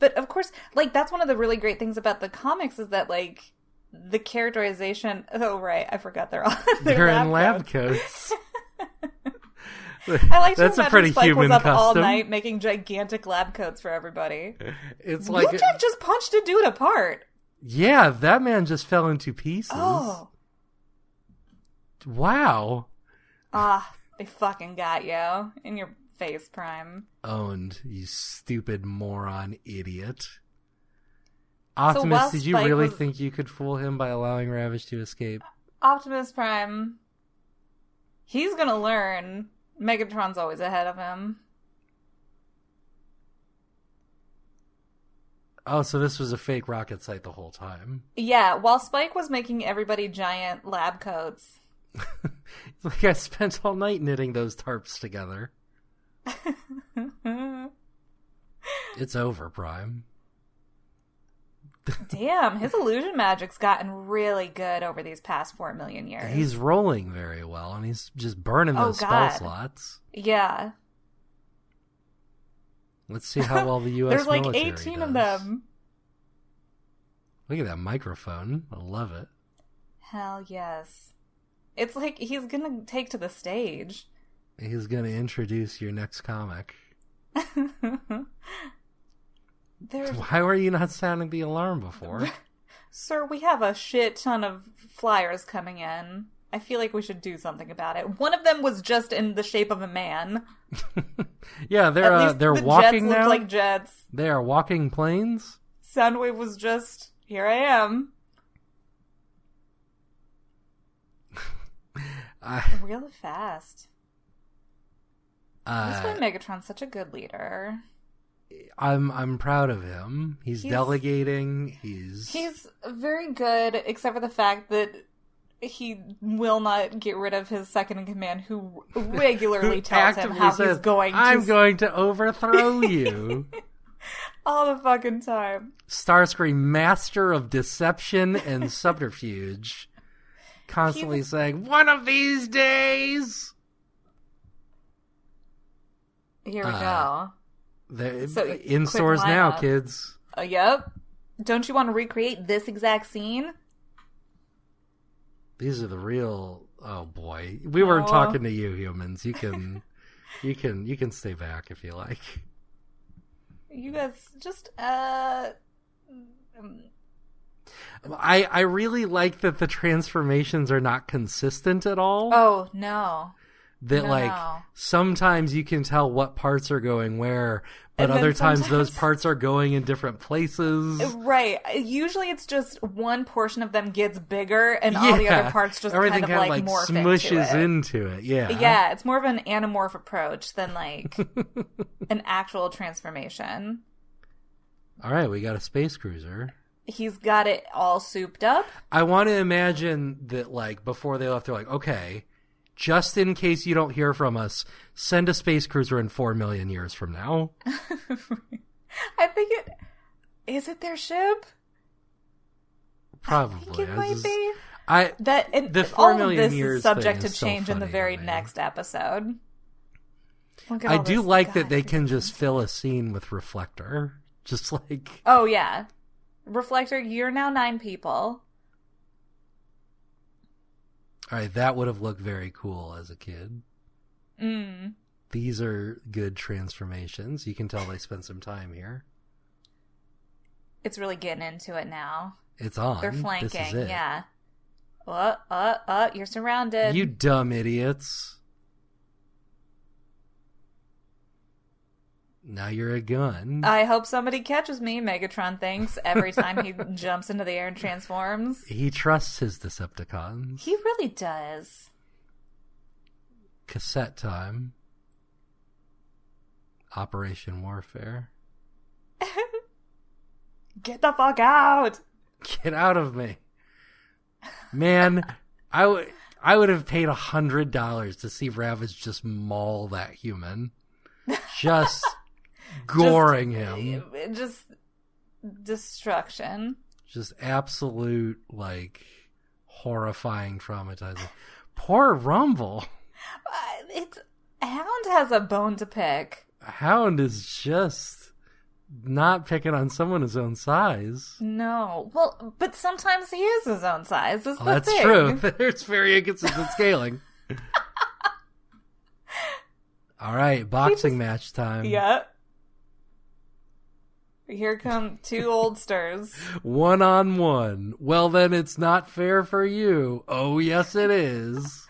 S1: but of course, like that's one of the really great things about the comics is that like the characterization. Oh right, I forgot they're on.
S2: They're, in lab
S1: coats.
S2: coats.
S1: I like to
S2: That's a
S1: imagine
S2: pretty
S1: Spike
S2: human
S1: was up
S2: custom.
S1: all night making gigantic lab coats for everybody.
S2: It's
S1: Like,
S2: like,
S1: just punched a dude apart.
S2: yeah, that man just fell into pieces.
S1: Oh,
S2: Wow,
S1: ah, they fucking got you in your face, Prime.
S2: owned, you stupid moron, idiot. Optimus,
S1: while
S2: did you
S1: Spike
S2: really
S1: was-
S2: think you could fool him by allowing Ravage to escape?
S1: Optimus Prime, he's gonna learn. Megatron's always ahead of him.
S2: Oh, so this was a fake rocket site the whole time.
S1: Yeah, while Spike was making everybody giant lab coats,
S2: It's like I spent all night knitting those tarps together. It's over, Prime.
S1: damn, his illusion magic's gotten really good over these past four million years.
S2: He's rolling very well, and he's just burning
S1: Oh,
S2: those spell
S1: God.
S2: slots.
S1: yeah,
S2: Let's see how well the U.S.
S1: there's like
S2: military
S1: 18 of
S2: does.
S1: them.
S2: Look at that microphone. I love it.
S1: Hell yes, it's like he's gonna take to the stage.
S2: He's going to introduce your next comic.
S1: There's
S2: Why were you not sounding the alarm before?
S1: Sir, we have a shit ton of flyers coming in. I feel like we should do something about it. One of them was just in the shape of a man.
S2: yeah,
S1: At
S2: they're uh,
S1: least
S2: they're
S1: the jets
S2: walking
S1: looked
S2: now.
S1: like jets.
S2: They are walking planes.
S1: Soundwave was just here. I am.
S2: I-
S1: Really fast. That's
S2: uh,
S1: why Megatron's such a good leader.
S2: I'm I'm proud of him. He's,
S1: He's-
S2: delegating. He's
S1: He's very good, except for the fact that he will not get rid of his second in command, who regularly tells him
S2: actively
S1: how
S2: says,
S1: he's going.
S2: I'm
S1: to
S2: going to overthrow you.
S1: all the fucking time.
S2: Starscream, master of deception and subterfuge, constantly
S1: He's-
S2: saying, "One of these days."
S1: Here we
S2: Uh,
S1: go.
S2: The,
S1: So,
S2: in
S1: quick
S2: stores now,
S1: lineup.
S2: kids.
S1: Uh, yep. Don't you want to recreate this exact scene?
S2: These are the real Oh boy, we weren't talking to you humans. You can, you can, you can stay back if you like.
S1: You guys just uh um,
S2: I I really like that the transformations are not consistent at all.
S1: oh no.
S2: that like
S1: no.
S2: sometimes you can tell what parts are going where, but
S1: And then
S2: other times
S1: sometimes-
S2: those parts are going in different places.
S1: Right. Usually it's just one portion of them gets bigger and all the other
S2: Yeah.
S1: parts just
S2: everything
S1: kind of like, morph
S2: smushes
S1: into it.
S2: into it. Yeah,
S1: Yeah, it's more of an anamorph approach than like an actual transformation.
S2: All right, we got a space cruiser.
S1: He's got it all souped up.
S2: I want to imagine that like before they left, they're like, okay, just in case you don't hear from us, send a space cruiser in four million years from now.
S1: I think it is it their ship? I think
S2: Probably.
S1: it
S2: I
S1: might
S2: just-
S1: be.
S2: I
S1: That and
S2: The
S1: all
S2: four
S1: of
S2: million
S1: this
S2: years
S1: is subject
S2: thing
S1: to
S2: is so
S1: change in the
S2: funny
S1: very
S2: to me.
S1: next episode. Look at
S2: I
S1: all
S2: do
S1: this-
S2: like that
S1: God,
S2: they
S1: look at
S2: can
S1: this.
S2: just fill a scene with reflector, just like
S1: Oh yeah, reflector. You're now nine people.
S2: All right, that would have looked very cool as a kid.
S1: Mm.
S2: These are good transformations. You can tell they spent some time here.
S1: It's really getting into it now.
S2: It's on.
S1: They're
S2: This is
S1: flanking.
S2: it.
S1: Yeah. Uh uh uh. You're surrounded.
S2: You dumb idiots. Now you're a gun.
S1: I hope somebody catches me. Megatron thinks every time he jumps into the air and transforms.
S2: he trusts his Decepticons.
S1: He really does.
S2: Cassette time. Operation Warfare.
S1: Get the fuck out.
S2: Get out of me. Man, I would I would have paid a hundred dollars to see Ravage just maul that human. Just goring him.
S1: Just destruction.
S2: Just absolute like horrifying traumatizing. Poor Rumble.
S1: Uh, It's Hound has a bone to pick.
S2: Hound is just not picking on someone his own size.
S1: No, well, but sometimes he is his own size. Is the
S2: Oh, that's
S1: thing.
S2: true. There's very inconsistent scaling. All right, boxing match time.
S1: Yeah. Here come two oldsters.
S2: One on one. Well, then it's not fair for you. Oh, yes, it is.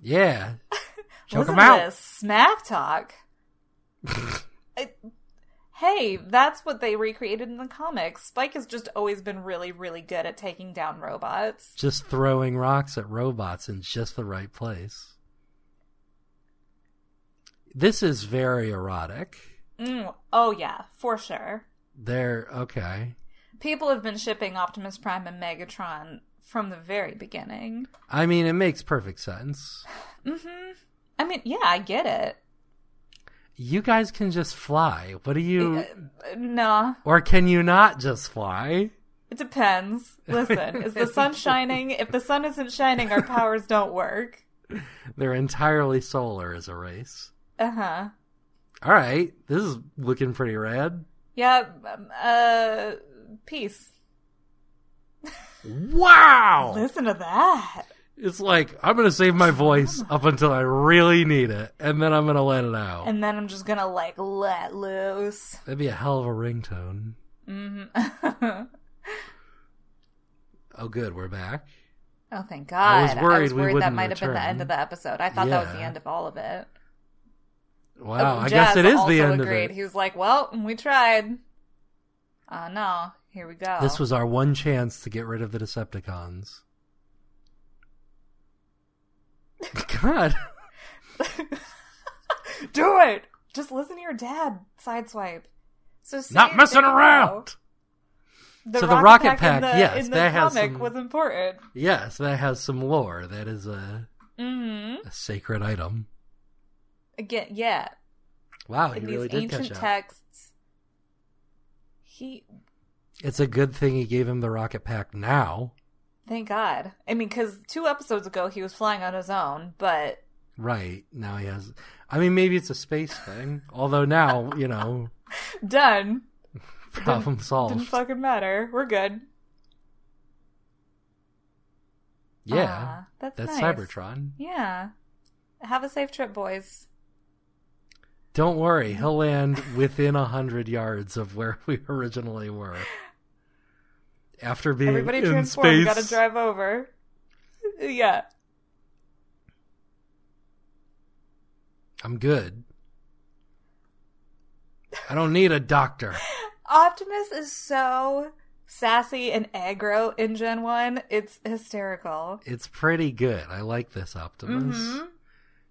S2: yeah. Choke
S1: Listen
S2: him out.
S1: to this smack talk. I- hey, that's what they recreated in the comics. Spike has just always been really, really good at taking down robots.
S2: Just throwing rocks at robots in just the right place. This is very erotic.
S1: Mm, oh yeah, for sure.
S2: They're okay.
S1: People have been shipping Optimus Prime and Megatron from the very beginning.
S2: I mean, it makes perfect sense.
S1: Mm-hmm. I mean, yeah, I get it.
S2: You guys can just fly. What do you.
S1: Uh, Nah,
S2: Or can you not just fly?
S1: it depends. Listen, is the sun shining? If the sun isn't shining, our powers don't work.
S2: They're entirely solar as a race.
S1: Uh huh.
S2: All right, this is looking pretty rad.
S1: Yeah. um, Uh, peace.
S2: Wow!
S1: Listen to that.
S2: It's like, I'm going to save my voice up until I really need it, and then I'm going to let it out.
S1: And then I'm just gonna like let loose.
S2: That'd be a hell of a ringtone.
S1: hmm
S2: Oh, good, we're back.
S1: oh, thank God.
S2: I was worried we
S1: that
S2: wouldn't
S1: might have been the
S2: return.
S1: end of the episode. I thought that was the
S2: Yeah.
S1: end of all of it.
S2: Wow,
S1: Oh,
S2: I guess
S1: Jazz
S2: it is
S1: also
S2: the end
S1: agreed.
S2: of it.
S1: He was like, "Well, we tried." Oh no! Here we go.
S2: This was our one chance to get rid of the Decepticons. God.
S1: do it. Just listen to your dad. Sideswipe. So see,
S2: Not messing
S1: there you
S2: around.
S1: go. The
S2: So the rocket
S1: in
S2: pack,
S1: the,
S2: yes,
S1: in the
S2: that has
S1: comic
S2: some-
S1: was important.
S2: Yes, that has some lore. That is a,
S1: hmm
S2: a sacred item.
S1: Again, yeah.
S2: Wow, Oh, he
S1: in
S2: really
S1: these
S2: did
S1: ancient
S2: catch up.
S1: texts, he
S2: It's a good thing he gave him the rocket pack now.
S1: Thank God. I mean, because two episodes ago he was flying on his own, but
S2: Right. Now he has I mean maybe it's a space thing. Although now, you know,
S1: done.
S2: problem
S1: Didn't
S2: solved.
S1: fucking matter. We're good.
S2: Yeah,
S1: Aw, that's
S2: that's
S1: nice.
S2: Cybertron.
S1: Yeah. Have a safe trip, boys.
S2: Don't worry, he'll land within a hundred yards of where we originally were. After being
S1: Everybody
S2: in
S1: transform.
S2: space,
S1: Got to drive over. Yeah.
S2: I'm good. I don't need a doctor.
S1: Optimus is so sassy and aggro in Gen 1. It's hysterical.
S2: It's Mm. pretty good. I like this Optimus.
S1: hmm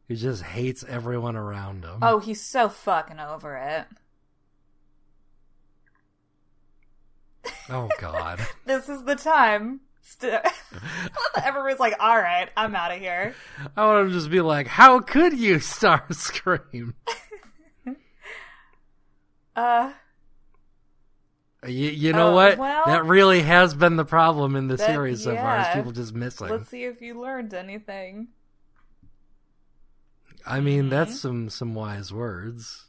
S2: He just hates everyone around him.
S1: Oh, he's so fucking over it.
S2: Oh, God.
S1: This is the time. St- Everyone's like, all right, I'm out of here.
S2: I want him to just be like, "How could you, Starscream?
S1: Uh,
S2: You, you know
S1: Uh,
S2: what?
S1: well-
S2: that really has been the problem in the
S1: That-
S2: series so far. Is
S1: yeah.
S2: people just missing.
S1: let's see if you learned anything.
S2: I mean,
S1: Mhm.
S2: that's some some wise words.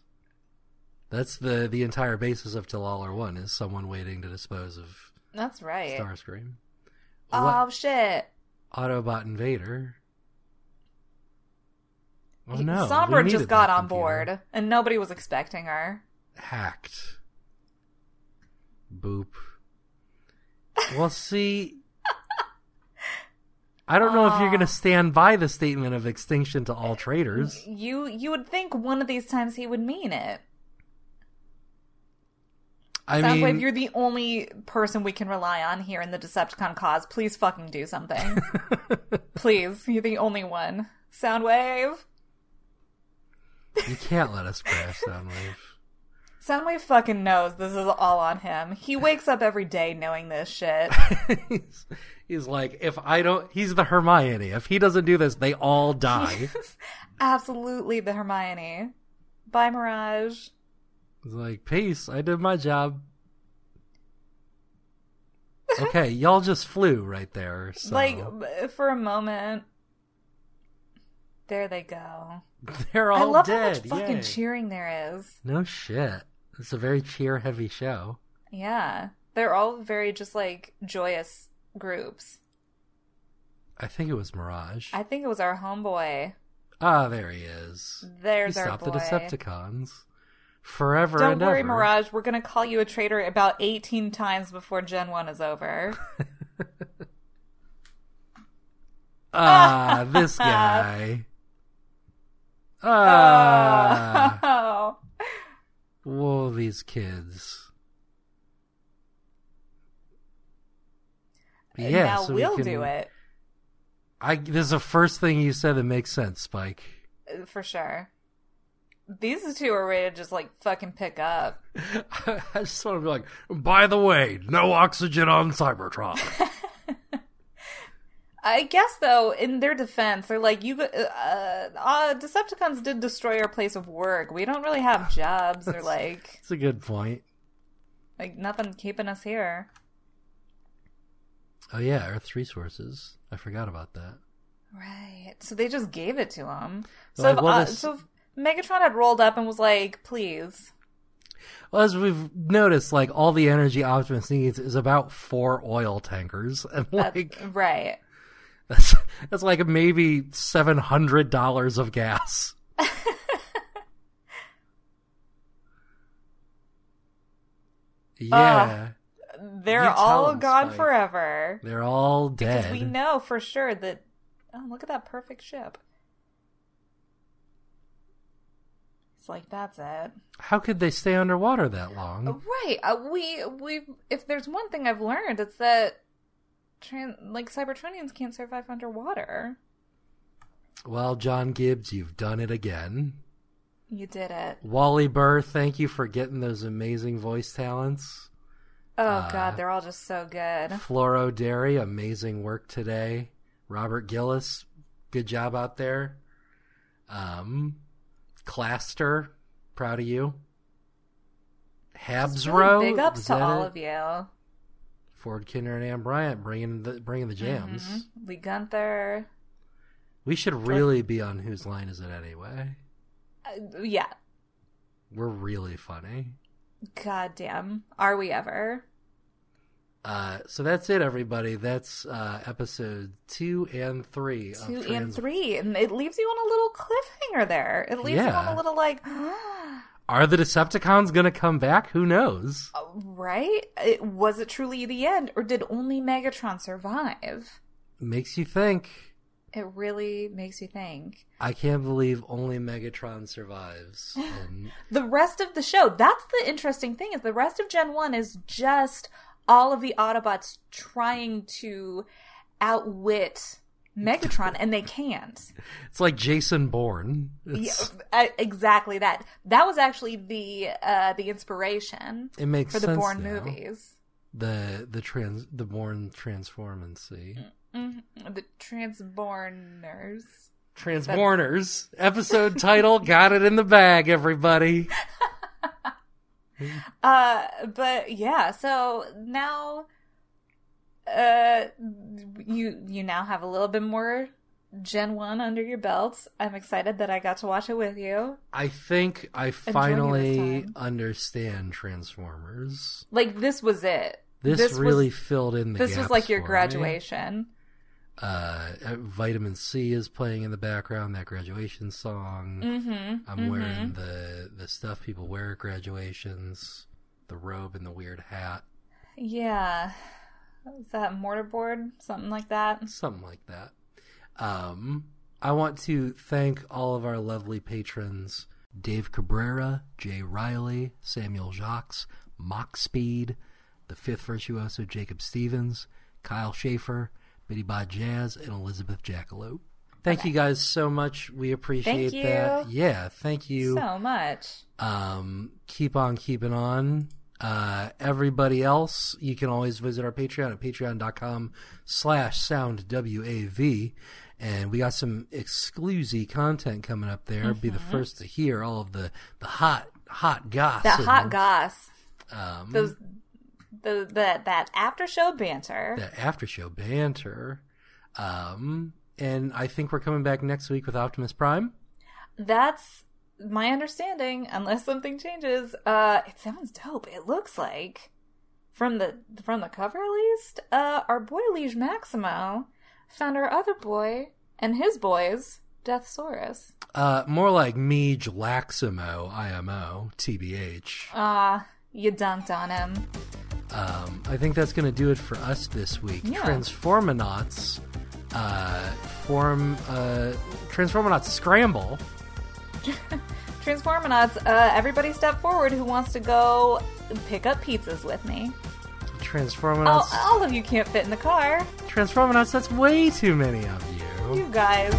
S2: That's the the entire basis of Talalar One is someone waiting to dispose of
S1: That's right.
S2: Starscream.
S1: oh,
S2: What
S1: shit.
S2: Autobot Invader? Oh
S1: He-
S2: no! we
S1: Sombra
S2: needed
S1: just got
S2: that
S1: on
S2: computer.
S1: board, and nobody was expecting her.
S2: hacked. Boop. Well, see, I don't know if you're
S1: Aw.
S2: going to stand by the statement of extinction to all traitors.
S1: You you would think one of these times he would mean it.
S2: I
S1: Soundwave,
S2: mean,
S1: you're the only person we can rely on here in the Decepticon cause. Please fucking do something. Please, you're the only one. Soundwave.
S2: you can't let us pass, Soundwave.
S1: Soundwave fucking knows this is all on him. He wakes up every day knowing this shit.
S2: he's, he's like, if I don't, he's the Hermione. If he doesn't do this, they all die.
S1: Absolutely the Hermione. Bye, Mirage.
S2: It's like, peace, I did my job. Okay, y'all just flew right there. So.
S1: Like, b- for a moment. There they go.
S2: they're all
S1: I love
S2: dead.
S1: how much fucking
S2: Yay.
S1: cheering there is.
S2: No shit. It's a very cheer heavy show.
S1: Yeah. They're all very just like joyous groups.
S2: I think it was Mirage.
S1: I think it was our homeboy.
S2: Ah, there he is.
S1: There's
S2: he
S1: our
S2: stopped
S1: boy.
S2: the Decepticons. Forever
S1: Don't
S2: and
S1: worry,
S2: ever.
S1: Mirage. We're gonna call you a traitor about 18 times before Gen 1 is over.
S2: Ah, this guy. Ah.
S1: oh.
S2: Whoa, these kids. But Yeah,
S1: Uh, now
S2: so we
S1: we'll
S2: can-
S1: do it
S2: I, this is the first thing you said that makes sense, Spike.
S1: uh, for sure. These two are ready to just like fucking pick up.
S2: I just want to be like, by the way, no oxygen on Cybertron.
S1: I guess though, in their defense, they're like, "You, uh, uh, Decepticons did destroy our place of work. We don't really have jobs or like,
S2: That's a good point.
S1: like nothing keeping us here."
S2: Oh yeah, Earth's resources. I forgot about that.
S1: Right. So they just gave it to him. So,
S2: Like,
S1: if,
S2: well,
S1: uh,
S2: this-
S1: so if Megatron had rolled up and was like, "Please."
S2: Well, as we've noticed, like all the energy Optimus needs is about four oil tankers, and
S1: That's-
S2: like
S1: uh," right.
S2: that's that's like maybe seven hundred dollars of gas.
S1: Ah.
S2: yeah,
S1: They're
S2: You tell
S1: all
S2: him,
S1: gone
S2: Spike.
S1: forever.
S2: they're all dead.
S1: Because we know for sure that. Oh, look at that perfect ship. It's like that's it,
S2: How could they stay underwater that long?
S1: right? Uh, we we if there's one thing I've learned, it's that tran- like Cybertronians can't survive underwater.
S2: Well, John Gibbs, you've done it again.
S1: You did it.
S2: Wally Burr, thank you for getting those amazing voice talents.
S1: Oh
S2: Uh,
S1: God, they're all just so good.
S2: Floro Derry, amazing work today. Robert Gillis, good job out there. Um, Claster, proud of you.
S1: Just
S2: Habsro,
S1: really big
S2: is
S1: ups to
S2: that
S1: all
S2: it?
S1: of you.
S2: Ford Kinder and Ann Bryant bringing the bringing the jams.
S1: Mhm. Lee Gunther.
S2: We should really be on whose line is it anyway?
S1: Uh, yeah.
S2: We're really funny.
S1: God damn. Are we ever?
S2: Uh, so that's it, everybody. That's uh, episode two and three. of
S1: Two and
S2: uh, Trans-
S1: three, and it leaves you on a little cliffhanger there. It leaves you on
S2: Yeah.
S1: a little like, uh,
S2: Are the Decepticons going to come back? Who knows?
S1: right? It, was it truly the end, or did only Megatron survive?
S2: Makes you think.
S1: It really makes you think.
S2: I can't believe only Megatron survives. And
S1: the rest of the show that's the interesting thing is the rest of gen 1 is just all of the autobots trying to outwit megatron and they can't
S2: it's like Jason Bourne. It's-
S1: yeah, e- exactly that that was actually the uh the inspiration
S2: It makes
S1: for the
S2: sense
S1: bourne
S2: now.
S1: movies
S2: The the trans the Bourne transformancy.
S1: Mhm. the transborners
S2: Transborners episode title got it in the bag, everybody.
S1: uh but yeah so now uh you you now have a little bit more gen 1 under your belt i'm excited that i got to watch it with you
S2: I think I
S1: this
S2: finally
S1: time.
S2: understand Transformers.
S1: like this was it
S2: This,
S1: This was-
S2: really filled in the.
S1: this was
S2: gaps
S1: like your
S2: for me.
S1: graduation
S2: Uh, Vitamin C is playing in the background. That graduation song.
S1: mm-hmm
S2: I'm wearing the the stuff people wear at graduations, the robe and the weird hat,
S1: yeah is that mortarboard something like that
S2: something like that. Um, I want to thank all of our lovely patrons: Dave Cabrera, Jay Riley, Samuel Jacques, Mock Speed, the Fifth Virtuoso Jacob Stevens, Kyle Schaefer, Biddy Bod Jazz, and Elizabeth Jackalope. Thank you guys so much. We appreciate
S1: you.
S2: that. Yeah, thank you.
S1: so much
S2: um, keep on keeping on. Uh, everybody else, you can always visit our Patreon at patreon.com slash soundwav. And we got some exclusive content coming up there. Be
S1: Mm-hmm.
S2: the first to hear all of the, the hot, hot goss.
S1: that
S2: and,
S1: hot goss
S2: um,
S1: those the, the that after show banter
S2: that after show banter. Um, and I think we're coming back next week with Optimus Prime.
S1: That's my understanding, unless something changes. Uh, it sounds dope. It looks like from the from the cover at least. Uh, our boy Liege Maximo found our other boy and his boys, Deathsaurus.
S2: Uh, more like me, Laximo, IMO, TBH.
S1: Ah, you dunked on him.
S2: Um, I think that's going to do it for us this week.
S1: Yeah.
S2: Transformonauts uh, form uh, Transformonauts scramble.
S1: Transformonauts, uh, everybody step forward who wants to go pick up pizzas with me.
S2: Transformonauts.
S1: All, all of you can't fit in the car.
S2: Transformonauts. That's way too many of you.
S1: You guys.